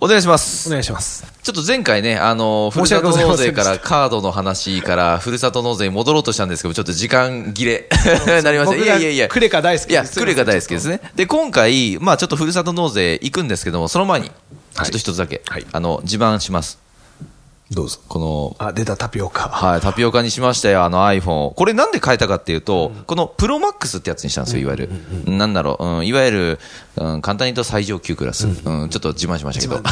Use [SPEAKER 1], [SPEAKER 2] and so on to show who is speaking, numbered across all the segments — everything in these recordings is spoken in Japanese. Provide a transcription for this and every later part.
[SPEAKER 1] お願いします。
[SPEAKER 2] お願いします。
[SPEAKER 1] ちょっと前回ね、あの、ふる
[SPEAKER 2] 申し
[SPEAKER 1] さ
[SPEAKER 2] 訳
[SPEAKER 1] と
[SPEAKER 2] ござい
[SPEAKER 1] 納
[SPEAKER 2] ませ
[SPEAKER 1] 税
[SPEAKER 2] んで
[SPEAKER 1] か
[SPEAKER 2] した
[SPEAKER 1] らカードの話から、ふるさと納税に戻ろうとしたんですけど、ちょっと時間切 れなりました。
[SPEAKER 2] 僕が
[SPEAKER 1] いやいやいや。
[SPEAKER 2] クレカ大好き
[SPEAKER 1] いや、
[SPEAKER 2] です
[SPEAKER 1] クレカ大好きですね。で、今回、まあちょっとふるさと納税行くんですけども、その前に、ちょっと一つだけ、
[SPEAKER 2] はい
[SPEAKER 1] あの、自慢します。
[SPEAKER 2] どうぞ。
[SPEAKER 1] この、
[SPEAKER 2] あ、出たタピオカ。
[SPEAKER 1] はい、タピオカにしましたよ、あの iPhone これなんで変えたかっていうと、このプロマックスってやつにしたんですよ、いわゆる。なんだろう、うん、いわゆる、うん、簡単に言うと最上級クラス。うん、ちょっと自慢しましたけど。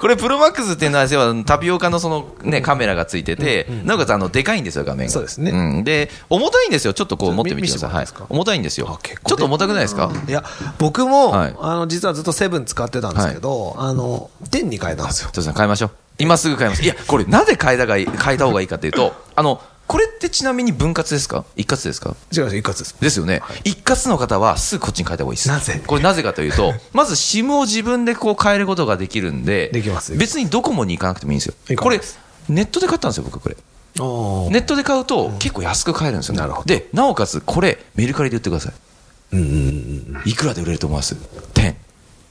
[SPEAKER 1] これプロマックスっていうのは、要はタピオカのそのね、カメラがついてて、なおかつあの、でかいんですよ、画面が。
[SPEAKER 2] そうですね
[SPEAKER 1] ん。で、重たいんですよ、ちょっとこう持ってみてください。
[SPEAKER 2] 見
[SPEAKER 1] は
[SPEAKER 2] 見
[SPEAKER 1] い
[SPEAKER 2] せてもらっていいですか。
[SPEAKER 1] 重たいんですよ
[SPEAKER 2] あ結。構
[SPEAKER 1] ちょっと重たくないですか
[SPEAKER 2] いや、僕も、
[SPEAKER 1] はい
[SPEAKER 2] あの、実はずっとセブン使ってたんですけど、あの、天に変えたんですよ。
[SPEAKER 1] トシさん変えましょう。今すぐ変えます。いや、これなぜ変えたがいい、変えた方がいいかっていうと、あの、これってちなみに分割ですか一括ですか
[SPEAKER 2] 違う違う、一括です。
[SPEAKER 1] ですよね、一括の方はすぐこっちに変えた方がいいです。
[SPEAKER 2] なぜ
[SPEAKER 1] これなぜかという と、まず SIM を自分でこう変えることができるんで、
[SPEAKER 2] できます
[SPEAKER 1] 別にドコモに行かなくてもいいんですよ。
[SPEAKER 2] 行
[SPEAKER 1] こ
[SPEAKER 2] かな
[SPEAKER 1] れ
[SPEAKER 2] いです、
[SPEAKER 1] ネットで買ったんですよ、僕、これ。
[SPEAKER 2] お
[SPEAKER 1] ネットで買うと結構安く買えるんですよね。
[SPEAKER 2] なるほど
[SPEAKER 1] で、なおかつ、これ、メルカリで売ってください。
[SPEAKER 2] うんうんうん。
[SPEAKER 1] いくらで売れると思います ?10。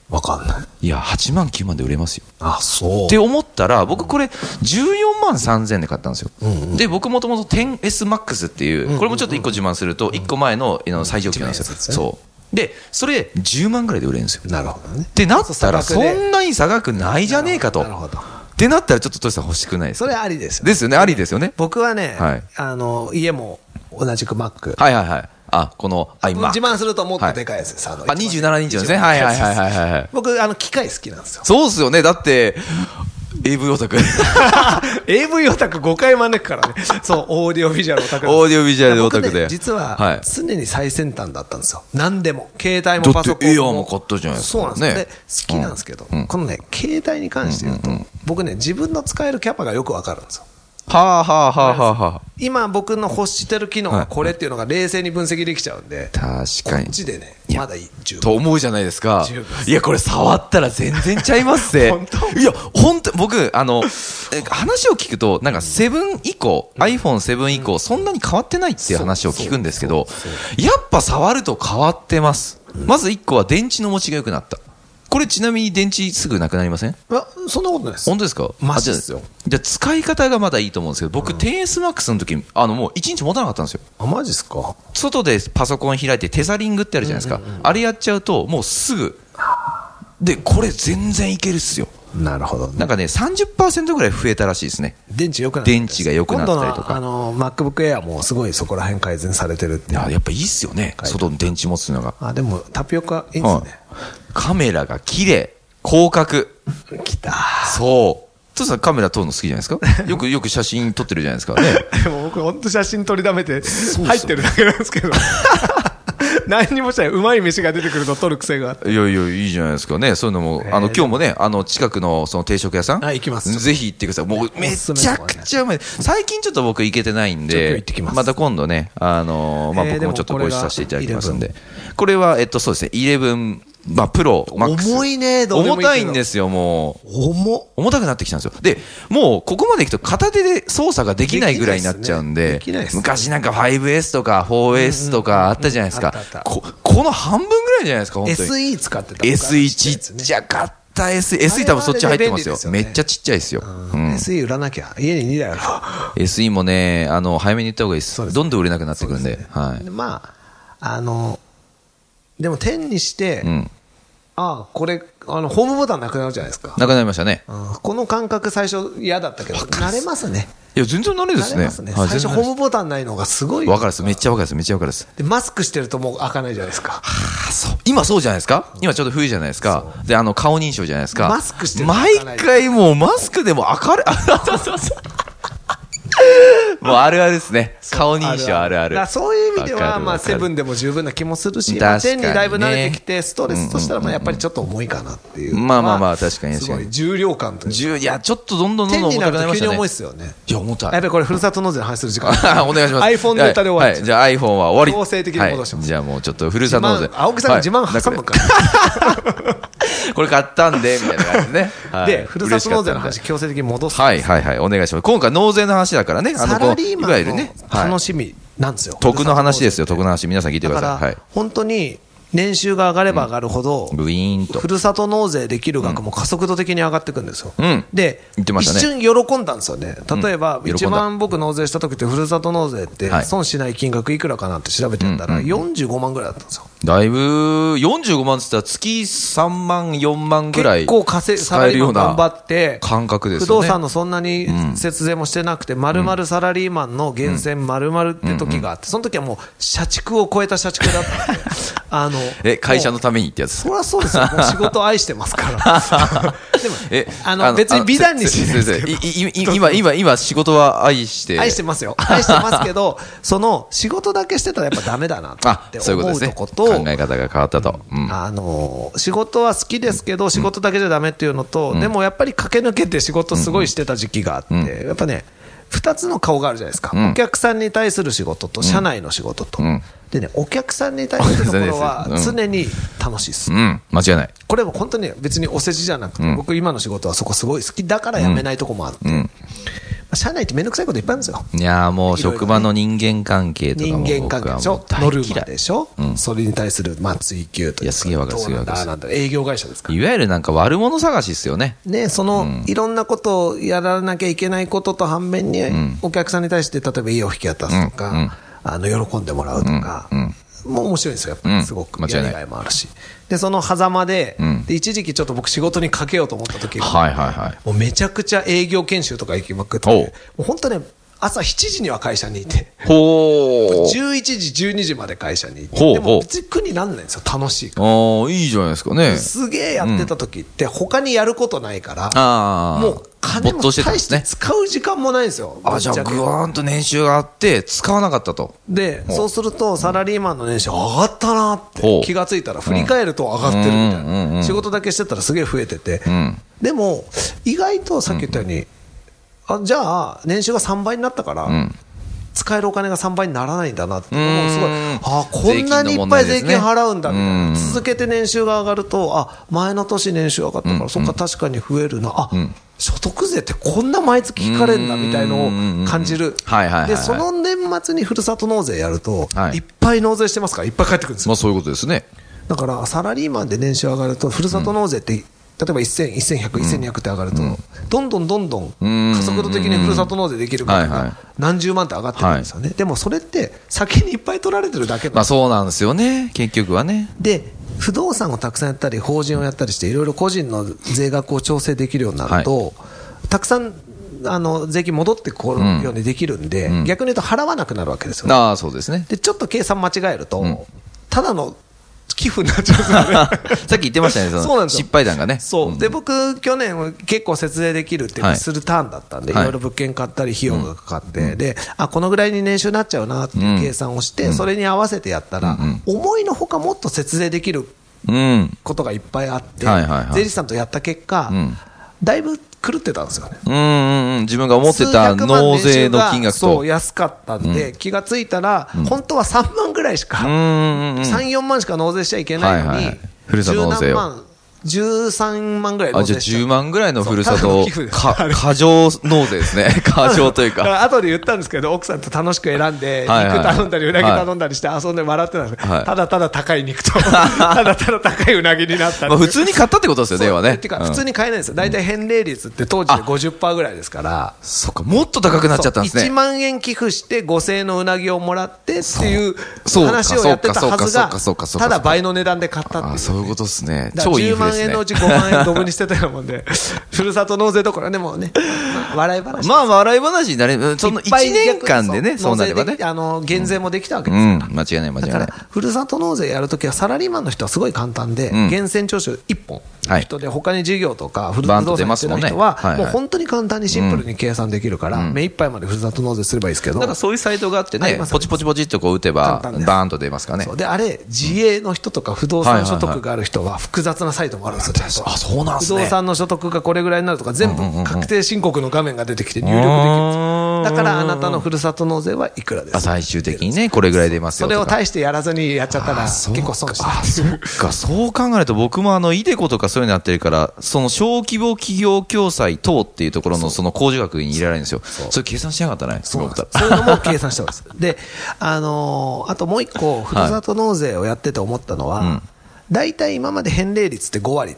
[SPEAKER 2] わかんない。
[SPEAKER 1] いや、8万、9万で売れますよ。
[SPEAKER 2] あ、そう。
[SPEAKER 1] って思ったら、僕これ14万3000円で買ったんですよ。
[SPEAKER 2] んうん
[SPEAKER 1] で、僕もともと 10SMAX っていう、これもちょっと1個自慢すると、1個前のあの最上級なんですよ。
[SPEAKER 2] 一番安いやつですね
[SPEAKER 1] そう。で、それ10万ぐらいで売れるんですよ。
[SPEAKER 2] なるほどね
[SPEAKER 1] っ。てなったら、
[SPEAKER 2] そ
[SPEAKER 1] そ
[SPEAKER 2] う差額で
[SPEAKER 1] んなに差額ないじゃねえかと。
[SPEAKER 2] なるほど。
[SPEAKER 1] ってなったら、ちょっとトシさん欲しくないです
[SPEAKER 2] それ
[SPEAKER 1] か
[SPEAKER 2] ありですよ、
[SPEAKER 1] ですよね、ありですよね。
[SPEAKER 2] 僕はね、
[SPEAKER 1] はい
[SPEAKER 2] あの、家も同じくマック。
[SPEAKER 1] はいはいはい。あ、この iMac。
[SPEAKER 2] 自慢するともっとでかいやつです。あ
[SPEAKER 1] あ、27インチのですね。はいはいはいはいはいはい。
[SPEAKER 2] 僕、あの、機械好きなんですよ。
[SPEAKER 1] そうっすよね。だって、AV オタク。
[SPEAKER 2] AV オタク5回招くからね。そう、オーディオビジュアルオタク。
[SPEAKER 1] オーディオビジュアルでオタクで
[SPEAKER 2] 僕ね実
[SPEAKER 1] はい
[SPEAKER 2] は、常に最先端だったんですよ。何でも。携帯
[SPEAKER 1] だ
[SPEAKER 2] も
[SPEAKER 1] って
[SPEAKER 2] パソコンも。
[SPEAKER 1] エアーも買ったじゃないですか
[SPEAKER 2] そうなんですよ。
[SPEAKER 1] ね
[SPEAKER 2] で、好きなんですけど、
[SPEAKER 1] うん
[SPEAKER 2] このね、携帯に関して言うと、僕ね、自分の使えるキャパがよくわかるんですよ。
[SPEAKER 1] はあはあはあはあはあ。
[SPEAKER 2] 今僕の欲してる機能
[SPEAKER 1] は
[SPEAKER 2] が
[SPEAKER 1] い
[SPEAKER 2] これっていうのが冷静に分析できちゃうんで、
[SPEAKER 1] 確かに
[SPEAKER 2] こっ。ちでね、まだいい十分
[SPEAKER 1] と思うじゃないですか
[SPEAKER 2] 十分。
[SPEAKER 1] いや、これ触ったら全然ちゃいますぜ。
[SPEAKER 2] 本当
[SPEAKER 1] いや、本当僕、あの、え話を聞くと、なんか7以降、iPhone7 以降、そんなに変わってないっていう話を聞くんですけど、やっぱ触ると変わってます。まず1個は電池の持ちが良くなった。これちなみに電池すぐなくなりません
[SPEAKER 2] あそんなことないです。
[SPEAKER 1] 本当ですか
[SPEAKER 2] マ
[SPEAKER 1] あ
[SPEAKER 2] ジ
[SPEAKER 1] じゃ
[SPEAKER 2] っ
[SPEAKER 1] あ
[SPEAKER 2] すよ
[SPEAKER 1] じゃあ使い方がまだいいと思うんですけど、僕 10SMAX の時、あのもう1日持たなかったんですよ。
[SPEAKER 2] あ、マジっすか
[SPEAKER 1] 外でパソコン開いてテザリングってあるじゃないですか、あれやっちゃうともうすぐでこれ全然いけるっすよ
[SPEAKER 2] なるほど、
[SPEAKER 1] なんかね30%ぐらい増えたらしいですね
[SPEAKER 2] 電池良くなったり
[SPEAKER 1] 電池が良くなったりとか
[SPEAKER 2] 今度のあの MacBook Air もすごいそこら辺改善されてるって
[SPEAKER 1] いややっぱいいっすよね外の電池持つのが、
[SPEAKER 2] あでもタピオカいいん
[SPEAKER 1] うん
[SPEAKER 2] で、
[SPEAKER 1] カメラが綺麗広角
[SPEAKER 2] すね、来た
[SPEAKER 1] そうトシさんカメラ撮るの好きじゃないですかよくよく写真撮ってるじゃないですかね
[SPEAKER 2] で も僕本当写真撮りだめて
[SPEAKER 1] う
[SPEAKER 2] 入ってるだけなんですけど 何にもしないうまい飯が出てくると撮る癖があって
[SPEAKER 1] いやいや、いいじゃないですかね。そういうのも、あの、今日もね、あの、近くの、その定食屋さん。
[SPEAKER 2] はい行きます
[SPEAKER 1] ぜひ行ってください。もう、め
[SPEAKER 2] おすすめ
[SPEAKER 1] ちゃくちゃうまい。最近ちょっと僕行けてないん
[SPEAKER 2] ちょっと
[SPEAKER 1] で
[SPEAKER 2] 行ってきま、す
[SPEAKER 1] また今度ね、あの、まあ、
[SPEAKER 2] えー
[SPEAKER 1] 僕もちょっとご一緒
[SPEAKER 2] でもこれが
[SPEAKER 1] させていただきますんで。これは、えっと、そうですね、11、まあ、プロ、マックス。
[SPEAKER 2] 重いねどうで
[SPEAKER 1] 重
[SPEAKER 2] もいいけど
[SPEAKER 1] たいんですよ、もう。
[SPEAKER 2] 重っ
[SPEAKER 1] 重たくなってきたんですよ。で、もうここまでいくと片手で操作ができないぐらいになっちゃうんで、
[SPEAKER 2] できないっすねできないっ
[SPEAKER 1] 昔なんか 5S とか 4S とかあったじゃないですか
[SPEAKER 2] うんうんうんあったあっ。た
[SPEAKER 1] ここの半分ぐらいじゃないですか、本当に。
[SPEAKER 2] SE 使ってた
[SPEAKER 1] SE ちっちゃかった SE。SE 多分そっち入ってますよ
[SPEAKER 2] あれはあれで便利です。よ
[SPEAKER 1] め
[SPEAKER 2] ね
[SPEAKER 1] っちゃちっちゃいですよ。うん。
[SPEAKER 2] SE 売らなきゃ家に2台あ
[SPEAKER 1] SE もね、あの、早めに言った方がいいで。
[SPEAKER 2] そうですす
[SPEAKER 1] どんどん売れなくなってくるんで。は
[SPEAKER 2] る
[SPEAKER 1] い。
[SPEAKER 2] まああのでも10にして、
[SPEAKER 1] うん。
[SPEAKER 2] ああこれあのホームボタンなくなるじゃないですか
[SPEAKER 1] なくなりましたね。
[SPEAKER 2] うんこの感覚最初嫌だったけど慣れますね
[SPEAKER 1] いや、全然慣れです
[SPEAKER 2] 慣れ
[SPEAKER 1] ね。
[SPEAKER 2] ますね
[SPEAKER 1] はい
[SPEAKER 2] 最初
[SPEAKER 1] 全然慣れ
[SPEAKER 2] ホームボタンないのがすごい
[SPEAKER 1] わかるです。めっちゃわかるです。めっちゃわかるです。
[SPEAKER 2] でマスクしてるともう開かないじゃないですか
[SPEAKER 1] あそう今そうじゃないですか今ちょっと冬じゃないですかで、あの、顔認証じゃないですか。
[SPEAKER 2] マスクしてる
[SPEAKER 1] 毎回もうマスクでも明るい、あそうそうそうもうあるあるですね。顔認証あるある。
[SPEAKER 2] だからそういう意味で
[SPEAKER 1] わか
[SPEAKER 2] は、
[SPEAKER 1] る
[SPEAKER 2] まあ、
[SPEAKER 1] わかる
[SPEAKER 2] セブンでも十分な気もするし、
[SPEAKER 1] 確かにね
[SPEAKER 2] まあ10にだいぶ慣れてきて、ストレスとしたら、まあ、やっぱりちょっと重いかなっていう。
[SPEAKER 1] まあまあまあ確かに確
[SPEAKER 2] す
[SPEAKER 1] かに
[SPEAKER 2] ごい、重量感というか。
[SPEAKER 1] 十いや、ちょっとどんどんどん
[SPEAKER 2] 10
[SPEAKER 1] どん
[SPEAKER 2] に
[SPEAKER 1] 重
[SPEAKER 2] な
[SPEAKER 1] たく
[SPEAKER 2] る
[SPEAKER 1] なり
[SPEAKER 2] と
[SPEAKER 1] まし
[SPEAKER 2] 急に
[SPEAKER 1] たね。
[SPEAKER 2] 重いっすよね。
[SPEAKER 1] いや、重た
[SPEAKER 2] やっ
[SPEAKER 1] い。
[SPEAKER 2] ぱりこれ、ふるさと納税の話する時間
[SPEAKER 1] お願いします。
[SPEAKER 2] iPhone ネタで終
[SPEAKER 1] は
[SPEAKER 2] わっちゃ
[SPEAKER 1] い。
[SPEAKER 2] う
[SPEAKER 1] じゃあ iPhone は終わり。
[SPEAKER 2] 強制的に戻しま
[SPEAKER 1] は
[SPEAKER 2] す
[SPEAKER 1] いじゃあもうちょっとふるさと納税。
[SPEAKER 2] 自慢青木さんが自慢挟むから。
[SPEAKER 1] ら。これ買ったんで、みたいな感じ でね。はい
[SPEAKER 2] で、ふるさと納税の。
[SPEAKER 1] 嬉し
[SPEAKER 2] 話、
[SPEAKER 1] かっ
[SPEAKER 2] 強制的に戻す。
[SPEAKER 1] たんではいはいはい。お願いします。今回納税の話だからね。
[SPEAKER 2] サ
[SPEAKER 1] こう
[SPEAKER 2] ラリーマ
[SPEAKER 1] いわ
[SPEAKER 2] ン
[SPEAKER 1] ゆる
[SPEAKER 2] の
[SPEAKER 1] ね。はい
[SPEAKER 2] 楽しみなんですよ。
[SPEAKER 1] 得の話ですよ、
[SPEAKER 2] ふるさ
[SPEAKER 1] 得の話。皆さん聞いて
[SPEAKER 2] と
[SPEAKER 1] く
[SPEAKER 2] 納
[SPEAKER 1] だ
[SPEAKER 2] 税
[SPEAKER 1] さ
[SPEAKER 2] だ
[SPEAKER 1] い。
[SPEAKER 2] か
[SPEAKER 1] はい。、
[SPEAKER 2] ら本当に、年収が上がれば上がるほど、
[SPEAKER 1] グイーンと
[SPEAKER 2] ふ。るさと納税できる額も加速度的に上がっていくんですよ。
[SPEAKER 1] うん
[SPEAKER 2] で、
[SPEAKER 1] 言ってました
[SPEAKER 2] 一
[SPEAKER 1] ね
[SPEAKER 2] 瞬喜んだんですよね。例え
[SPEAKER 1] う
[SPEAKER 2] ば、
[SPEAKER 1] ん喜んだ
[SPEAKER 2] 一番僕納税した時って、ふるさと納税って
[SPEAKER 1] はい
[SPEAKER 2] 損しない金額いくらかなって調べてたら、45万ぐらいだったんですよ。
[SPEAKER 1] だいぶ、45万って言ったら月3万、4万ぐらい。
[SPEAKER 2] 結構稼い、サ
[SPEAKER 1] 使
[SPEAKER 2] ラ
[SPEAKER 1] え
[SPEAKER 2] リ
[SPEAKER 1] る
[SPEAKER 2] ー
[SPEAKER 1] よ
[SPEAKER 2] マ
[SPEAKER 1] う
[SPEAKER 2] ン頑
[SPEAKER 1] な
[SPEAKER 2] 張って、
[SPEAKER 1] 感覚ですよね。
[SPEAKER 2] 不動産のそんなに節税もしてなくて、まるまるサラリーマンの源泉まるまるって時があって、その時はもう社畜を超えた社畜だったんで。 あの、
[SPEAKER 1] え、会社の
[SPEAKER 2] もう
[SPEAKER 1] ためにってやつ
[SPEAKER 2] そりゃそうで すよ。もう仕事愛してますから。でも、
[SPEAKER 1] え、
[SPEAKER 2] あの、別に美談にしないですけど
[SPEAKER 1] せ。せいいいい今、今、今、仕事は愛して。
[SPEAKER 2] 愛してますよ。愛してますけど、その仕事だけしてたらやっぱダメだな
[SPEAKER 1] あ
[SPEAKER 2] っ、て
[SPEAKER 1] そういう
[SPEAKER 2] 思
[SPEAKER 1] こと
[SPEAKER 2] う
[SPEAKER 1] です
[SPEAKER 2] と
[SPEAKER 1] ね。
[SPEAKER 2] こ
[SPEAKER 1] 考
[SPEAKER 2] と、
[SPEAKER 1] え方が変わったと。うん。
[SPEAKER 2] あの仕事は好きですけど、仕事だけじゃだめっていうのと、でもやっぱり駆け抜けて仕事すごいしてた時期があって、やっぱね、2つの顔があるじゃないですか、お客さんに対する仕事と、社内の仕事と、
[SPEAKER 1] ん
[SPEAKER 2] でね、お客さんに対するところは
[SPEAKER 1] そうですう
[SPEAKER 2] 常に楽しいです。
[SPEAKER 1] うん。間違いない。
[SPEAKER 2] これも本当に別にお世辞じゃなくて、僕、今の仕事はそこすごい好きだから辞めないとこもあって、まあ社内ってめんどくさいこといっぱいあるんですよ。
[SPEAKER 1] いやーもう、
[SPEAKER 2] いろいろね
[SPEAKER 1] 職場の人間関係とかも。
[SPEAKER 2] 人間関係でしょ
[SPEAKER 1] 僕、はも
[SPEAKER 2] ノ
[SPEAKER 1] う
[SPEAKER 2] ル
[SPEAKER 1] 大
[SPEAKER 2] マ
[SPEAKER 1] 嫌い
[SPEAKER 2] でしょ、それに対する、まあ、追求というか、
[SPEAKER 1] いやすげえわかる
[SPEAKER 2] どうなんだ
[SPEAKER 1] すげえわ
[SPEAKER 2] ああなんだ営業会社ですから、
[SPEAKER 1] いわゆるなんか悪者探しっすよね。
[SPEAKER 2] ね、その、いろんなことをやらなきゃいけないことと反面に、お客さんに対して、例えば家を引き渡すとか、あの喜んでもらうとか、もう面白いんですよ、やっぱ
[SPEAKER 1] う
[SPEAKER 2] り、
[SPEAKER 1] ん
[SPEAKER 2] すごく、
[SPEAKER 1] 間違い
[SPEAKER 2] や
[SPEAKER 1] ない
[SPEAKER 2] りがいもあるし、でその狭間で,、
[SPEAKER 1] ん
[SPEAKER 2] で、一時期ちょっと僕、仕事にかけようと思った時が
[SPEAKER 1] はいはいはい。
[SPEAKER 2] もうめちゃくちゃ営業研修とか行きまくって、
[SPEAKER 1] おう
[SPEAKER 2] もう本当ね、朝7時には会社にいて。
[SPEAKER 1] ほー。
[SPEAKER 2] 11時、12時まで会社に行っ
[SPEAKER 1] ほ
[SPEAKER 2] て、
[SPEAKER 1] う
[SPEAKER 2] で
[SPEAKER 1] ほう
[SPEAKER 2] も別に苦になんないんですよ、楽しいから。
[SPEAKER 1] ああ、いいじゃないですかね。
[SPEAKER 2] すげえやってた時って、他にやることないから、
[SPEAKER 1] ああ。
[SPEAKER 2] もう金も
[SPEAKER 1] 没頭してたん
[SPEAKER 2] 大
[SPEAKER 1] で
[SPEAKER 2] し
[SPEAKER 1] す
[SPEAKER 2] て
[SPEAKER 1] ね。
[SPEAKER 2] 使う時間もないんですよ。
[SPEAKER 1] あ、じゃあ、
[SPEAKER 2] ぶっち
[SPEAKER 1] ぐわーんと年収があって、使わなかったと。
[SPEAKER 2] で、
[SPEAKER 1] う
[SPEAKER 2] そうすると、サラリーマンの年収上がったなっ
[SPEAKER 1] ほ
[SPEAKER 2] て
[SPEAKER 1] う
[SPEAKER 2] 気がついたら、振り返ると上がってるみたい
[SPEAKER 1] うんうんうんう
[SPEAKER 2] な。
[SPEAKER 1] ん
[SPEAKER 2] 仕事だけしてたらすげえ増えてて
[SPEAKER 1] ん。
[SPEAKER 2] でも、意外とさっき言ったように、あじゃあ、年収が3倍になったから、使えるお金が3倍にならないんだなって、もうすごい、あこんなにいっぱい税金払うんだみたいな
[SPEAKER 1] うん
[SPEAKER 2] 続けて年収が上がると、あ前の年年収上がったから、そっか、確かに増えるな、あ所得税ってこんな毎月引かれるんだみたいのを感じる
[SPEAKER 1] はいはいはいは、い
[SPEAKER 2] でその年末にふるさと納税やると、
[SPEAKER 1] はい
[SPEAKER 2] い、っぱい納税してますから、いっぱい返ってくるんですよ
[SPEAKER 1] まあ、そういうことですね。
[SPEAKER 2] だからサラリーマンで年収上がると、ふるさと納税って、例えば1000、1100、1200って上がると、どんどんどんどん
[SPEAKER 1] ん
[SPEAKER 2] 加速度的にふるさと納税できる額
[SPEAKER 1] はいはい
[SPEAKER 2] が何十万って上がってるんですよね、でもそれって、先にいっぱい取られてるだけなん
[SPEAKER 1] ま
[SPEAKER 2] で
[SPEAKER 1] あ、そうなんですよね。結局はね。
[SPEAKER 2] で不動産をたくさんやったり法人をやったりしていろいろ個人の税額を調整できるようになると、たくさんあの税金戻ってこるようにできるんで、逆に言うと払わなくなるわけですよね、
[SPEAKER 1] ああ、そう ですね。
[SPEAKER 2] でちょっと計算間違えると、ただの寄付になっちゃ うんですよね
[SPEAKER 1] さっき言ってましたね、その
[SPEAKER 2] そうなんですよ
[SPEAKER 1] 失敗談がね。
[SPEAKER 2] そうで僕、去年、結構節税できるっていう
[SPEAKER 1] は
[SPEAKER 2] か
[SPEAKER 1] い
[SPEAKER 2] するターンだったんで、
[SPEAKER 1] はい
[SPEAKER 2] いろいろ物件買ったり、費用がかかって、であこのぐらいに年収になっちゃうなっていう計算をして、それに合わせてやったら、思いのほかもっと節税できる
[SPEAKER 1] うん。
[SPEAKER 2] ことがいっぱいあって、
[SPEAKER 1] はいはいはい
[SPEAKER 2] 税理士さんとやった結果、
[SPEAKER 1] ん
[SPEAKER 2] だいぶ狂ってたんですよね。
[SPEAKER 1] うんうんうん。自分が思ってた
[SPEAKER 2] 数百万
[SPEAKER 1] 納税の金額
[SPEAKER 2] 年収がそ
[SPEAKER 1] と。
[SPEAKER 2] う、
[SPEAKER 1] う
[SPEAKER 2] 安かったんで、気がついたら、本当は3万ぐらいしか、
[SPEAKER 1] んうんうん。
[SPEAKER 2] 3、4万しか納税しちゃいけないの
[SPEAKER 1] はい
[SPEAKER 2] に、
[SPEAKER 1] はいふるさと納税を
[SPEAKER 2] 10万、13万ぐらい納
[SPEAKER 1] あ、じゃ
[SPEAKER 2] 税
[SPEAKER 1] あ
[SPEAKER 2] しちゃ
[SPEAKER 1] 10
[SPEAKER 2] う。
[SPEAKER 1] 万ぐらいのふるさ
[SPEAKER 2] そ
[SPEAKER 1] と
[SPEAKER 2] うただの
[SPEAKER 1] を
[SPEAKER 2] 寄付です
[SPEAKER 1] か、過剰納税 ですね。過剰という
[SPEAKER 2] だ
[SPEAKER 1] か
[SPEAKER 2] か。ら後で言ったんですけど、奥さんと楽しく選んで、
[SPEAKER 1] はいはい
[SPEAKER 2] 肉頼んだり、うなぎ頼んだりして遊んで笑ってたんですけど
[SPEAKER 1] はい
[SPEAKER 2] ただただ高い 肉と、ただただ高いうなぎになったってい
[SPEAKER 1] まあ、
[SPEAKER 2] う
[SPEAKER 1] 普通に買ったってことですよね、要は
[SPEAKER 2] そう
[SPEAKER 1] ね。
[SPEAKER 2] てか
[SPEAKER 1] うん
[SPEAKER 2] 普通に買えないですよ。大体返礼率って当時で50%ぐらいですから。
[SPEAKER 1] そっか、もっと高くなっちゃったんですね。
[SPEAKER 2] 1万円寄付して5000円のうなぎをもらってっていう
[SPEAKER 1] そう
[SPEAKER 2] 話をやってたはず
[SPEAKER 1] そう
[SPEAKER 2] が
[SPEAKER 1] かそうかそうかそうかそうかそうかそうか
[SPEAKER 2] ただ倍の値段で買ったって
[SPEAKER 1] あ
[SPEAKER 2] い
[SPEAKER 1] あ
[SPEAKER 2] う
[SPEAKER 1] そういうことですね。
[SPEAKER 2] だから
[SPEAKER 1] 超インフレ
[SPEAKER 2] 10万
[SPEAKER 1] です
[SPEAKER 2] 万
[SPEAKER 1] ね
[SPEAKER 2] 円のうち5万円ドブにしてたようなもんで、 ふるさと納税どころはね、もうね、まあ笑い 話。
[SPEAKER 1] まあ、笑い話になれ、うんその
[SPEAKER 2] いっぱい
[SPEAKER 1] 1年間でね、
[SPEAKER 2] 逆に
[SPEAKER 1] そうなれば
[SPEAKER 2] 納税
[SPEAKER 1] ね
[SPEAKER 2] でき。あの、減税もできたわけ
[SPEAKER 1] う
[SPEAKER 2] です
[SPEAKER 1] ん
[SPEAKER 2] か、
[SPEAKER 1] 間違いない、間違
[SPEAKER 2] ら。だ
[SPEAKER 1] いな
[SPEAKER 2] から
[SPEAKER 1] い。、
[SPEAKER 2] ふるさと納税やるときは、サラリーマンの人はすごい簡単で、
[SPEAKER 1] ん
[SPEAKER 2] 源泉徴収1本の人で、他に事業とか、ふるさと納税してる人
[SPEAKER 1] バンと出ますもん
[SPEAKER 2] は、
[SPEAKER 1] ね
[SPEAKER 2] もう本当に簡単にシンプルに計算できるから、目いっぱいまでふるさと納税すればいいですけど
[SPEAKER 1] なん、かそういうサイトがあって
[SPEAKER 2] あり
[SPEAKER 1] ね
[SPEAKER 2] ま、す
[SPEAKER 1] ポチポチポチっとこう打てば、バ
[SPEAKER 2] 簡単です
[SPEAKER 1] ーンと出ますからね
[SPEAKER 2] そ。うであれ、自営の人とか不動産所得がある人は複雑なサイトもあるんですよ、ちゃんと
[SPEAKER 1] あそうなんすね
[SPEAKER 2] 不動産の所得がこれぐらいになるとか、全部確定申告の画面が出てきて入力できるんですよ、だからあなたのふるさと納税はいくらです
[SPEAKER 1] あ最終的にね、これぐらい出ますよ
[SPEAKER 2] そ
[SPEAKER 1] と
[SPEAKER 2] れ
[SPEAKER 1] か。
[SPEAKER 2] を大してやらずにやっちゃったら、
[SPEAKER 1] あ
[SPEAKER 2] 結
[SPEAKER 1] そう
[SPEAKER 2] 構損してる
[SPEAKER 1] あ、そっか。そう考えると僕もあの、イデコとかそういうのやってるから、その小規模企業共済等っていうところのその控除額に入れられるんですよ。それ計算しなかったね。
[SPEAKER 2] そうなんです
[SPEAKER 1] 僕だ
[SPEAKER 2] そういうのも計算してます。で、あのーあともう一個、ふるさと納税をやってて思ったのは、大体、今まで返礼率って5割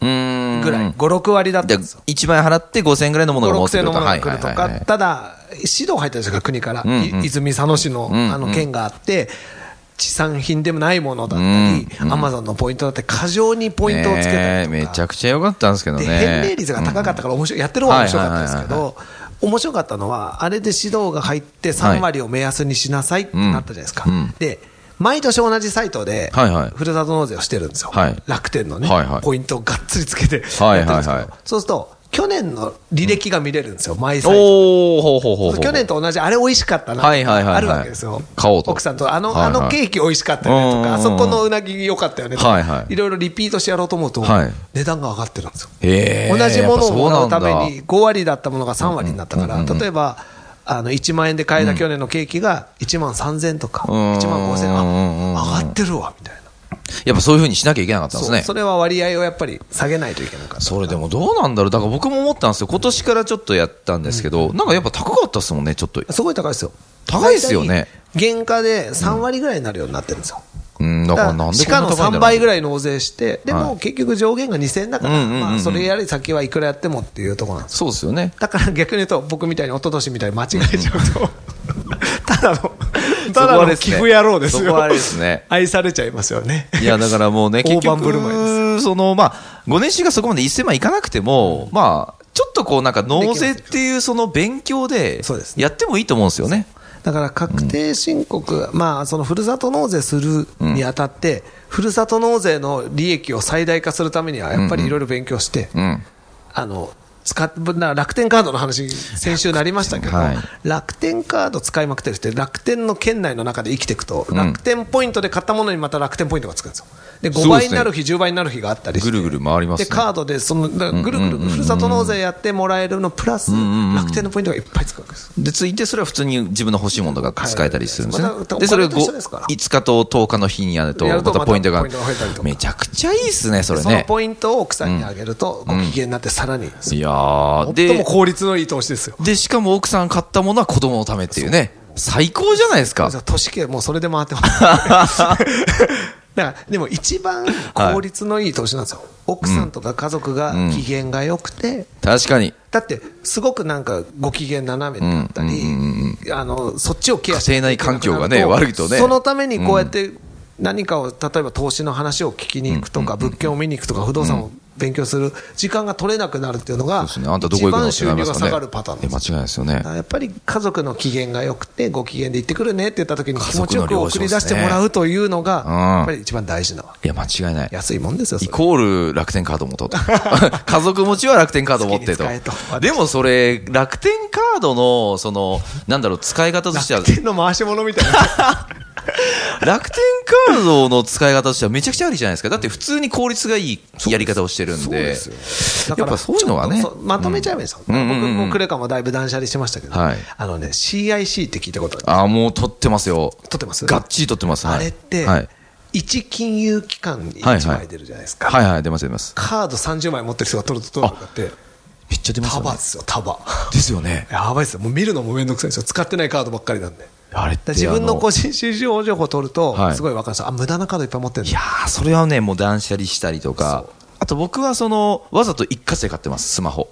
[SPEAKER 1] うーん。
[SPEAKER 2] ぐらい、5、6割だった
[SPEAKER 1] で
[SPEAKER 2] んですよ。
[SPEAKER 1] 1万円払って5000円ぐらいのものが持
[SPEAKER 2] 登
[SPEAKER 1] っ
[SPEAKER 2] 録
[SPEAKER 1] て
[SPEAKER 2] 制
[SPEAKER 1] くる
[SPEAKER 2] の
[SPEAKER 1] とはいは
[SPEAKER 2] ものが来る
[SPEAKER 1] い
[SPEAKER 2] と
[SPEAKER 1] はいは
[SPEAKER 2] か、
[SPEAKER 1] い。
[SPEAKER 2] ただ、指導入ったんですか、国から、
[SPEAKER 1] んうん
[SPEAKER 2] い泉佐野市の
[SPEAKER 1] ん
[SPEAKER 2] あの県があって、地産品でもないものだったり、アマゾンのポイントだって、過剰にポイントをつけた
[SPEAKER 1] ねえ
[SPEAKER 2] り
[SPEAKER 1] め
[SPEAKER 2] と
[SPEAKER 1] ち
[SPEAKER 2] か、
[SPEAKER 1] ゃくちゃ良かったんですけどね。
[SPEAKER 2] で返礼率が高かったから面白い、やってる方は面白かったんですけ
[SPEAKER 1] はいは
[SPEAKER 2] ど、面白かったのは、あれで指導が入って、3割を目安にしなさいってなったじゃないですか
[SPEAKER 1] うんうん。
[SPEAKER 2] で毎年同じサイトで、
[SPEAKER 1] はいはい
[SPEAKER 2] ふるさと納税をしてるんですよ、
[SPEAKER 1] はい
[SPEAKER 2] 楽天のね、
[SPEAKER 1] はいはい
[SPEAKER 2] ポイントをがっつりつけてやって
[SPEAKER 1] はい
[SPEAKER 2] る
[SPEAKER 1] はい
[SPEAKER 2] ん
[SPEAKER 1] はい
[SPEAKER 2] ですけど、そうすると、去年の履歴が見れるんですよ、毎サイトで
[SPEAKER 1] おー、ほうほうほうほう。
[SPEAKER 2] 去年と同じ、あれ美味しかったな、
[SPEAKER 1] はいはいはいはい
[SPEAKER 2] あるわけですよ。
[SPEAKER 1] 買おうと
[SPEAKER 2] 奥さんと、あの、
[SPEAKER 1] はいはい
[SPEAKER 2] あのケーキ美味しかったよねとか、
[SPEAKER 1] うん
[SPEAKER 2] あそこのうなぎ良かったよねとか、
[SPEAKER 1] はい
[SPEAKER 2] い
[SPEAKER 1] はい
[SPEAKER 2] ろいろリピートしてやろうと思うと、
[SPEAKER 1] はい
[SPEAKER 2] 値段が上がってるんですよ。
[SPEAKER 1] へー
[SPEAKER 2] 同じものをもらうため
[SPEAKER 1] やっぱそうなん
[SPEAKER 2] に、5割だったものが3割になったから、
[SPEAKER 1] うんうんうんうん
[SPEAKER 2] 例えば、あの1万円で買えた去年のケーキが1万3000円とか、1
[SPEAKER 1] うん
[SPEAKER 2] 万5000円、
[SPEAKER 1] うん
[SPEAKER 2] あ上がってるわみたいな、
[SPEAKER 1] やっぱそういうふうにしなきゃいけなかったんです
[SPEAKER 2] そう
[SPEAKER 1] ね。
[SPEAKER 2] それは割合をやっぱり下げないといけなかった。
[SPEAKER 1] それでもどうなんだろう、だから僕も思ったんですよ、今年からちょっとやったんですけど、なんかやっぱ高かったですもんね、ちょっと、
[SPEAKER 2] すごい高いですよ。
[SPEAKER 1] 高いですよね
[SPEAKER 2] 大体原価で3割ぐらいになるようになってるんですよ。
[SPEAKER 1] うん、だか
[SPEAKER 2] だからら
[SPEAKER 1] なんで
[SPEAKER 2] し
[SPEAKER 1] こんな
[SPEAKER 2] かの
[SPEAKER 1] 高いんだ
[SPEAKER 2] 3
[SPEAKER 1] ろ
[SPEAKER 2] 倍
[SPEAKER 1] う
[SPEAKER 2] ぐらい納税して、で
[SPEAKER 1] は
[SPEAKER 2] も
[SPEAKER 1] い
[SPEAKER 2] 結局上限が2000円だから、
[SPEAKER 1] うんうんうんうん
[SPEAKER 2] まあそれやり先はいくらやってもっていうところなんですよ
[SPEAKER 1] そうですよね、
[SPEAKER 2] だから逆に言うと、僕みたいに一昨年みたいに間違えちゃう と、ただの、
[SPEAKER 1] そこ
[SPEAKER 2] た
[SPEAKER 1] は
[SPEAKER 2] だ
[SPEAKER 1] で
[SPEAKER 2] の
[SPEAKER 1] す
[SPEAKER 2] 寄
[SPEAKER 1] ね
[SPEAKER 2] 付野郎ですよ。
[SPEAKER 1] そこはあれですね
[SPEAKER 2] 愛されちゃいますよね。
[SPEAKER 1] いやだからもうね、結
[SPEAKER 2] 大盤振る舞いで
[SPEAKER 1] 局、そのまあ、5年収がそこまで1000万いかなくても、まあ、ちょっとこう、なんか納税っていうその勉強で
[SPEAKER 2] そうです、ね
[SPEAKER 1] やってもいいと思うんですよね。
[SPEAKER 2] だから確定申告、まあ、そのふるさと納税するにあたって、ふるさと納税の利益を最大化するためには、やっぱりいろいろ勉強して、
[SPEAKER 1] うん
[SPEAKER 2] あの使っな楽天カードの話、先週なりましたけど、
[SPEAKER 1] はい
[SPEAKER 2] 楽天カード使いまくってる人って、楽天の県内の中で生きていくと、楽天ポイントで買ったものにまた楽天ポイントがつくんですよ、で
[SPEAKER 1] そうですね
[SPEAKER 2] 5倍になる日、10倍になる日があったりして、
[SPEAKER 1] ぐるぐる回りますね
[SPEAKER 2] でカードでそのだからぐるぐる、ふるさと納税やってもらえるのプラス、楽天のポイントがいっぱいつくわけです。
[SPEAKER 1] で、ついて、それは普通に自分の欲しいものが使えたりするんですね
[SPEAKER 2] はいそ。う
[SPEAKER 1] で、それを
[SPEAKER 2] お金と一緒ですから
[SPEAKER 1] 5日と10日の日にやると、
[SPEAKER 2] やると
[SPEAKER 1] またポイントが
[SPEAKER 2] またポイントが増えたりと、か
[SPEAKER 1] めちゃくちゃいいですね、それ
[SPEAKER 2] その
[SPEAKER 1] ね。
[SPEAKER 2] ポイントを奥さんにあげると、ご機嫌になって、さらに、
[SPEAKER 1] いやー、
[SPEAKER 2] 最も
[SPEAKER 1] で、
[SPEAKER 2] 効率のいい投資ですよ。
[SPEAKER 1] で、しかも奥さん買ったものは子供のためっていうね。最高じゃないですか
[SPEAKER 2] じゃ。あ、都市系、もうそれで回ってます。だから、でも一番効率のいい投資なんですよ。奥さんとか家族が機嫌が良くて、
[SPEAKER 1] 確かに。
[SPEAKER 2] だって、すごくなんかご機嫌斜めだったり、あの、そっちをケアし
[SPEAKER 1] 家
[SPEAKER 2] て
[SPEAKER 1] 庭内環境がね
[SPEAKER 2] いけなくなる
[SPEAKER 1] 悪いとね
[SPEAKER 2] そのためにこうやって何かを、例えば投資の話を聞きに行くとか、物件を見に行くとか、不動産を勉強する時間が取れなくなるっていうのが、
[SPEAKER 1] そうですね。あんたどこ行
[SPEAKER 2] 一
[SPEAKER 1] くの
[SPEAKER 2] 番
[SPEAKER 1] って
[SPEAKER 2] 収
[SPEAKER 1] なりま
[SPEAKER 2] 入が
[SPEAKER 1] すか
[SPEAKER 2] 下
[SPEAKER 1] ね。
[SPEAKER 2] がるパターンなん
[SPEAKER 1] え
[SPEAKER 2] ですよ
[SPEAKER 1] 間違いないですよね。
[SPEAKER 2] やっぱり家族の機嫌が良くて、ご機嫌で行ってくるねって言った時に気持ちよ
[SPEAKER 1] 家族
[SPEAKER 2] く
[SPEAKER 1] の了承
[SPEAKER 2] 送
[SPEAKER 1] で
[SPEAKER 2] り
[SPEAKER 1] すね
[SPEAKER 2] 出してもらうというのが、
[SPEAKER 1] うん
[SPEAKER 2] やっぱり一番大事なわ。
[SPEAKER 1] いや、間違いない。
[SPEAKER 2] 安いもんですよ、そ
[SPEAKER 1] イ
[SPEAKER 2] れ
[SPEAKER 1] コール楽天カード持とう と。家族持ちは楽天カード持ってと
[SPEAKER 2] 好きに使。えと
[SPEAKER 1] でもそれ、楽天カードの、その、なんだろう、使い方としては、
[SPEAKER 2] 楽天の回し物みたいな。
[SPEAKER 1] 楽天カードの使い方としてはめちゃくちゃありじゃないですか。だって普通に効率がいいやり方をしてるんで。
[SPEAKER 2] だから
[SPEAKER 1] やっぱそういうのはね
[SPEAKER 2] ちょっとそうまとめちゃえばいいんですよ。
[SPEAKER 1] うんうんうんうん
[SPEAKER 2] 僕もクレカもだいぶ断捨離してましたけど、
[SPEAKER 1] はい
[SPEAKER 2] あのね、CIC って聞いたことある。
[SPEAKER 1] ああ、もう取ってますよ。
[SPEAKER 2] 撮ってます
[SPEAKER 1] がっちり取ってます。はい
[SPEAKER 2] あれって
[SPEAKER 1] はい。、
[SPEAKER 2] 一金融機関に
[SPEAKER 1] はい
[SPEAKER 2] 1
[SPEAKER 1] はい
[SPEAKER 2] 枚出るじゃないです
[SPEAKER 1] は
[SPEAKER 2] か。
[SPEAKER 1] いはい、出ます出ます。
[SPEAKER 2] カード30枚持ってる人が取るとどうなるかって、
[SPEAKER 1] めっちゃ出ますよ、
[SPEAKER 2] 束
[SPEAKER 1] ね
[SPEAKER 2] で。すよ、束。
[SPEAKER 1] ですよね。
[SPEAKER 2] やばいっすよ。もう見るのもめんどくさいですよ。使ってないカードばっかりなんで。
[SPEAKER 1] あれっ
[SPEAKER 2] だから
[SPEAKER 1] て
[SPEAKER 2] 自分
[SPEAKER 1] あ
[SPEAKER 2] の個人収集情報を取ると
[SPEAKER 1] は、い
[SPEAKER 2] すごい分かるんですよ。あ、無駄なカードいっぱい持ってるん
[SPEAKER 1] いや
[SPEAKER 2] だ。
[SPEAKER 1] ー、それはね、もう断捨離したりとか
[SPEAKER 2] そう、
[SPEAKER 1] あと僕はその、わざと一括で買ってます、スマホ。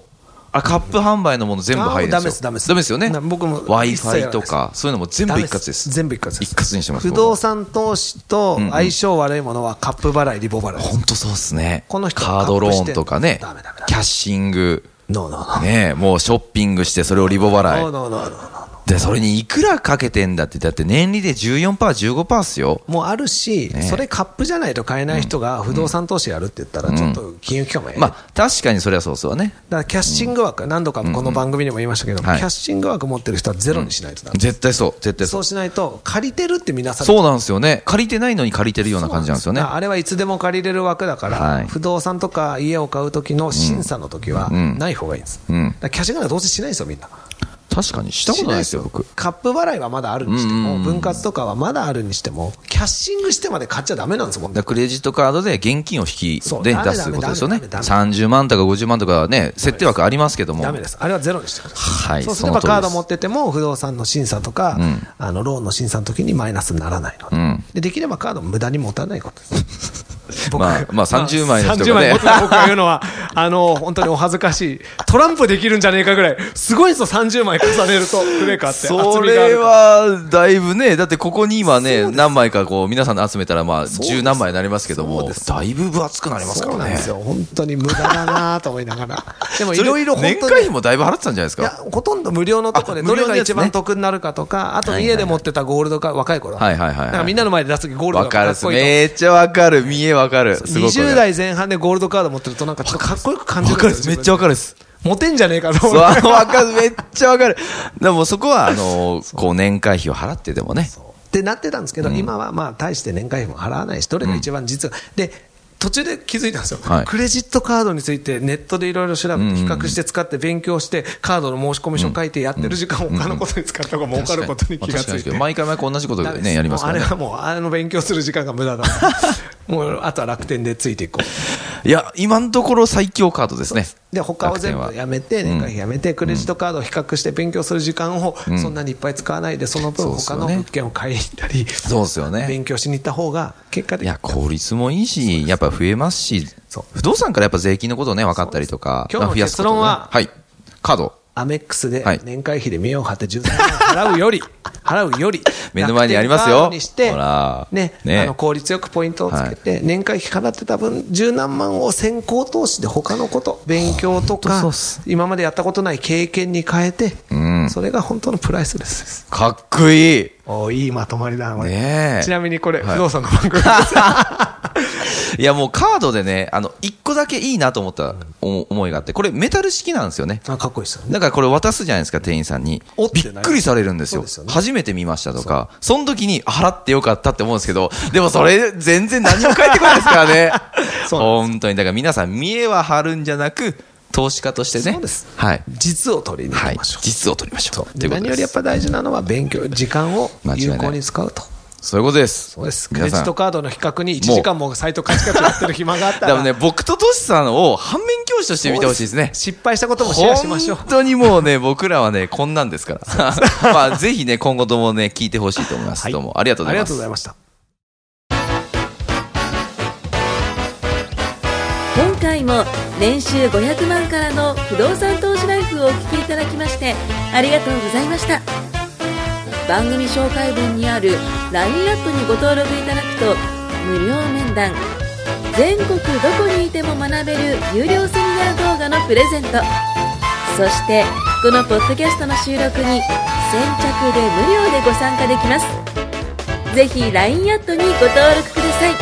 [SPEAKER 1] あカップ販売のもの全部入るんですよ
[SPEAKER 2] あーダメですダメです
[SPEAKER 1] ダメですよね
[SPEAKER 2] な僕も
[SPEAKER 1] w i
[SPEAKER 2] 一
[SPEAKER 1] f
[SPEAKER 2] 切やら
[SPEAKER 1] i
[SPEAKER 2] ない
[SPEAKER 1] とかそういうのも全部一括です
[SPEAKER 2] 全部一括です
[SPEAKER 1] 一括にしてます
[SPEAKER 2] 不動産投資と相性悪いものはカップ払いリボ払いです
[SPEAKER 1] 本当そうですね
[SPEAKER 2] この人
[SPEAKER 1] カードローンとかね
[SPEAKER 2] ダメダメダメ
[SPEAKER 1] キャッシング
[SPEAKER 2] ノーノーノー
[SPEAKER 1] ねもうショッピングしてそれをリボ払い
[SPEAKER 2] ノーノーノーノー
[SPEAKER 1] で、それにいくらかけてんだって、だって年利で14%、15%っすよ。
[SPEAKER 2] もうあるし、
[SPEAKER 1] ね
[SPEAKER 2] それカップじゃないと買えない人が不動産投資やるって言ったら、ちょっと金融機関もやる、
[SPEAKER 1] まあ、確かにそれはそうですわね。
[SPEAKER 2] だからキャッシング枠、何度かこの番組でも言いましたけど、キ
[SPEAKER 1] は
[SPEAKER 2] ャ
[SPEAKER 1] い
[SPEAKER 2] ッシング枠持ってる人はゼロにしないとだめ、
[SPEAKER 1] 絶対そう、絶対そ。
[SPEAKER 2] そううしないと、借りてるってみなされて
[SPEAKER 1] そうなんですよね。借りてないのに借りてるような感じなんですよね
[SPEAKER 2] だ。からあれはいつでも借りれる枠だから、
[SPEAKER 1] はい
[SPEAKER 2] 不動産とか家を買う時の審査の時は、ない方がいいんです、
[SPEAKER 1] ん
[SPEAKER 2] だからキャッシングなんかどうせしないんですよ、みんな。
[SPEAKER 1] 確かに、したことないですよ、
[SPEAKER 2] し
[SPEAKER 1] 僕。
[SPEAKER 2] カップ払いはまだあるにしても、分割とかはまだあるにしても、キャッシングしてまで買っちゃだめなんですもん
[SPEAKER 1] だ
[SPEAKER 2] ね。
[SPEAKER 1] クレジットカードで現金を引き
[SPEAKER 2] そう
[SPEAKER 1] で
[SPEAKER 2] ダメ
[SPEAKER 1] 出すということですよね。
[SPEAKER 2] ダメダメダ
[SPEAKER 1] 30万とか50万とかね、設定枠ありますけども。
[SPEAKER 2] ダメです。あれはゼロにしてください。
[SPEAKER 1] はい
[SPEAKER 2] そうすれ
[SPEAKER 1] その
[SPEAKER 2] ば
[SPEAKER 1] 通りで
[SPEAKER 2] カ
[SPEAKER 1] す
[SPEAKER 2] ード持ってても、不動産の審査とか、あのローンの審査の時にマイナスにならないので,、で、できればカードも無駄に持たないこと です。僕
[SPEAKER 1] まあまあ30枚の人がね
[SPEAKER 2] 30枚持つ僕が言うのは、あの、本当にお恥ずかしい。トランプできるんじゃねえかぐらい、すごいですよ、30枚重ねると、クレカって。
[SPEAKER 1] そ
[SPEAKER 2] 厚みがあ
[SPEAKER 1] れ
[SPEAKER 2] るから
[SPEAKER 1] は、だいぶね、だってここに今ね、何枚かこう、皆さんの集めたら、まあ、十何枚になりますけど
[SPEAKER 2] そう
[SPEAKER 1] も
[SPEAKER 2] で、す
[SPEAKER 1] だいぶ分厚くなりますか
[SPEAKER 2] そう
[SPEAKER 1] ら
[SPEAKER 2] なんで
[SPEAKER 1] ね。
[SPEAKER 2] すよ、本当に無駄だなと思いなが ら、でもい
[SPEAKER 1] それ
[SPEAKER 2] ろいろ本
[SPEAKER 1] 年
[SPEAKER 2] 当
[SPEAKER 1] 会
[SPEAKER 2] に
[SPEAKER 1] 費。もだいぶ払ってたんじゃないです
[SPEAKER 2] いや
[SPEAKER 1] か。
[SPEAKER 2] ほとんど無料のとこで、
[SPEAKER 1] あ
[SPEAKER 2] どれが
[SPEAKER 1] 無料のやつね
[SPEAKER 2] 一番得になるかとか、あと
[SPEAKER 1] はいはいはい
[SPEAKER 2] 家で持ってたゴールドか、若い頃
[SPEAKER 1] はいはいはいはい
[SPEAKER 2] なんかみんなの前で出すとき、ゴールド
[SPEAKER 1] わ
[SPEAKER 2] が
[SPEAKER 1] かる
[SPEAKER 2] か
[SPEAKER 1] っ
[SPEAKER 2] っ
[SPEAKER 1] す。
[SPEAKER 2] こいい
[SPEAKER 1] めっちゃわかる。見えわかる。
[SPEAKER 2] と
[SPEAKER 1] すごくわか
[SPEAKER 2] 20
[SPEAKER 1] る
[SPEAKER 2] 代前半でゴールドカード持ってると、なんかちょっとかっこよく感じ
[SPEAKER 1] わ
[SPEAKER 2] る
[SPEAKER 1] かるっす。めっちゃわかるっす。
[SPEAKER 2] ゃモテんじゃねえかと
[SPEAKER 1] そう、
[SPEAKER 2] 思って、
[SPEAKER 1] わかる。めっちゃわかる。でもそこは、あの、こう、年会費を払ってでもね。
[SPEAKER 2] ってなってたんですけど、今はまあ、大して年会費も払わないし、どれが一番実は、で、途中で気づいたんですよ、
[SPEAKER 1] はい
[SPEAKER 2] クレジットカードについてネットでいろいろ調べて、比較して使って、勉強して、カードの申し込み書書いてやってる時間を他のことに使った方が儲かることに気が
[SPEAKER 1] 確
[SPEAKER 2] つ
[SPEAKER 1] か
[SPEAKER 2] い
[SPEAKER 1] に
[SPEAKER 2] て。
[SPEAKER 1] 毎回毎回同じこと
[SPEAKER 2] ダメです
[SPEAKER 1] ね、やりますからね
[SPEAKER 2] もうあ。れはもう、あの勉強する時間が無駄だ。 もう、あとは楽天でついていこう。
[SPEAKER 1] いや、今のところ最強カードですね。
[SPEAKER 2] で、他を全
[SPEAKER 1] 楽
[SPEAKER 2] 部
[SPEAKER 1] 天は
[SPEAKER 2] やめて、年会費やめて、クレジットカードを比較して勉強する時間をそんなにいっぱい使わないで、その分
[SPEAKER 1] そうです
[SPEAKER 2] 他
[SPEAKER 1] よね
[SPEAKER 2] の物件を買いに行ったり、
[SPEAKER 1] そうですよね
[SPEAKER 2] 勉強しに行った方が、結果
[SPEAKER 1] い
[SPEAKER 2] 的に
[SPEAKER 1] や、。効率もいいし、やっぱ増えますし
[SPEAKER 2] そう、
[SPEAKER 1] 不動産からやっぱ税金のことね、分かったりとか、
[SPEAKER 2] そうです今日の
[SPEAKER 1] 増やすことね
[SPEAKER 2] 結論は
[SPEAKER 1] はい。カード。
[SPEAKER 2] アメックスで
[SPEAKER 1] はい
[SPEAKER 2] 年会費で目を張って13万円払う より、払うより、
[SPEAKER 1] 目の前にありますよ
[SPEAKER 2] 楽天カードにして
[SPEAKER 1] ほら、
[SPEAKER 2] ね、
[SPEAKER 1] ね
[SPEAKER 2] あの効率よくポイントをつけて、年会費払ってた分、十何万を先行投資で他のこと、勉強と
[SPEAKER 1] ほんとそう
[SPEAKER 2] か
[SPEAKER 1] っす、
[SPEAKER 2] 今までやったことない経験に変えて、
[SPEAKER 1] ん
[SPEAKER 2] それが本当のプライスレスです。
[SPEAKER 1] かっこいい
[SPEAKER 2] おーいいまとまりだな、これ
[SPEAKER 1] ねえ
[SPEAKER 2] ちなみにこれ、
[SPEAKER 1] はい
[SPEAKER 2] 不動産の番組 です。
[SPEAKER 1] いやもうカードでね、あの、一個だけいいなと思ったお思いがあって、これメタル式なんですよね。
[SPEAKER 2] あかっこいいですよね。
[SPEAKER 1] だからこれ渡すじゃないですか、店員さんに
[SPEAKER 2] おっ。て
[SPEAKER 1] び
[SPEAKER 2] な
[SPEAKER 1] っ
[SPEAKER 2] ります
[SPEAKER 1] くりされるんですよ。
[SPEAKER 2] そうですよね
[SPEAKER 1] 初めて見ましたとか、その時にあ払ってよかったって思うんですけど、でもそれ全然何も返ってこないですからね。
[SPEAKER 2] そう
[SPEAKER 1] 本当に。だから皆さん、見栄は張るんじゃなく、投資家としてね。
[SPEAKER 2] そうです
[SPEAKER 1] はい。
[SPEAKER 2] 実を取りに行
[SPEAKER 1] は
[SPEAKER 2] き
[SPEAKER 1] い
[SPEAKER 2] ましょう。。
[SPEAKER 1] 実を取りましょう。とい
[SPEAKER 2] で
[SPEAKER 1] うこと
[SPEAKER 2] 何よ
[SPEAKER 1] で
[SPEAKER 2] りやっ
[SPEAKER 1] す。
[SPEAKER 2] ぱ大事なのは勉強、時間を
[SPEAKER 1] 間違い
[SPEAKER 2] 有
[SPEAKER 1] ない
[SPEAKER 2] 効に使うと。
[SPEAKER 1] そういうことです。
[SPEAKER 2] そうです。ク
[SPEAKER 1] 皆
[SPEAKER 2] レジ
[SPEAKER 1] さん。
[SPEAKER 2] ットカードの比較に1時間もサイトカチカチやってる暇があっ
[SPEAKER 1] だ
[SPEAKER 2] た ら。
[SPEAKER 1] からね、僕とトシさんを反面教師として見てほしいですね。
[SPEAKER 2] 失敗したこともシェアしましょう
[SPEAKER 1] 本。当にもうね、僕らはね、こんなんですから。 まあ、ぜひね、今後ともね、聞いてほしいと思います。
[SPEAKER 2] はい
[SPEAKER 1] どうもありがとうご
[SPEAKER 2] あ
[SPEAKER 1] ざ
[SPEAKER 2] り
[SPEAKER 1] いま
[SPEAKER 2] がと
[SPEAKER 1] す
[SPEAKER 2] うござ。いました。
[SPEAKER 3] 今回も年収500万からの不動産投資ライフをお聞きいただきましてありがとうございました番組紹介文にある LINE アップにご登録いただくと無料面談全国どこにいても学べる有料セミナー動画のプレゼントそしてこのポッドキャストの収録に先着で無料でご参加できますぜひ LINE アットにご登録ください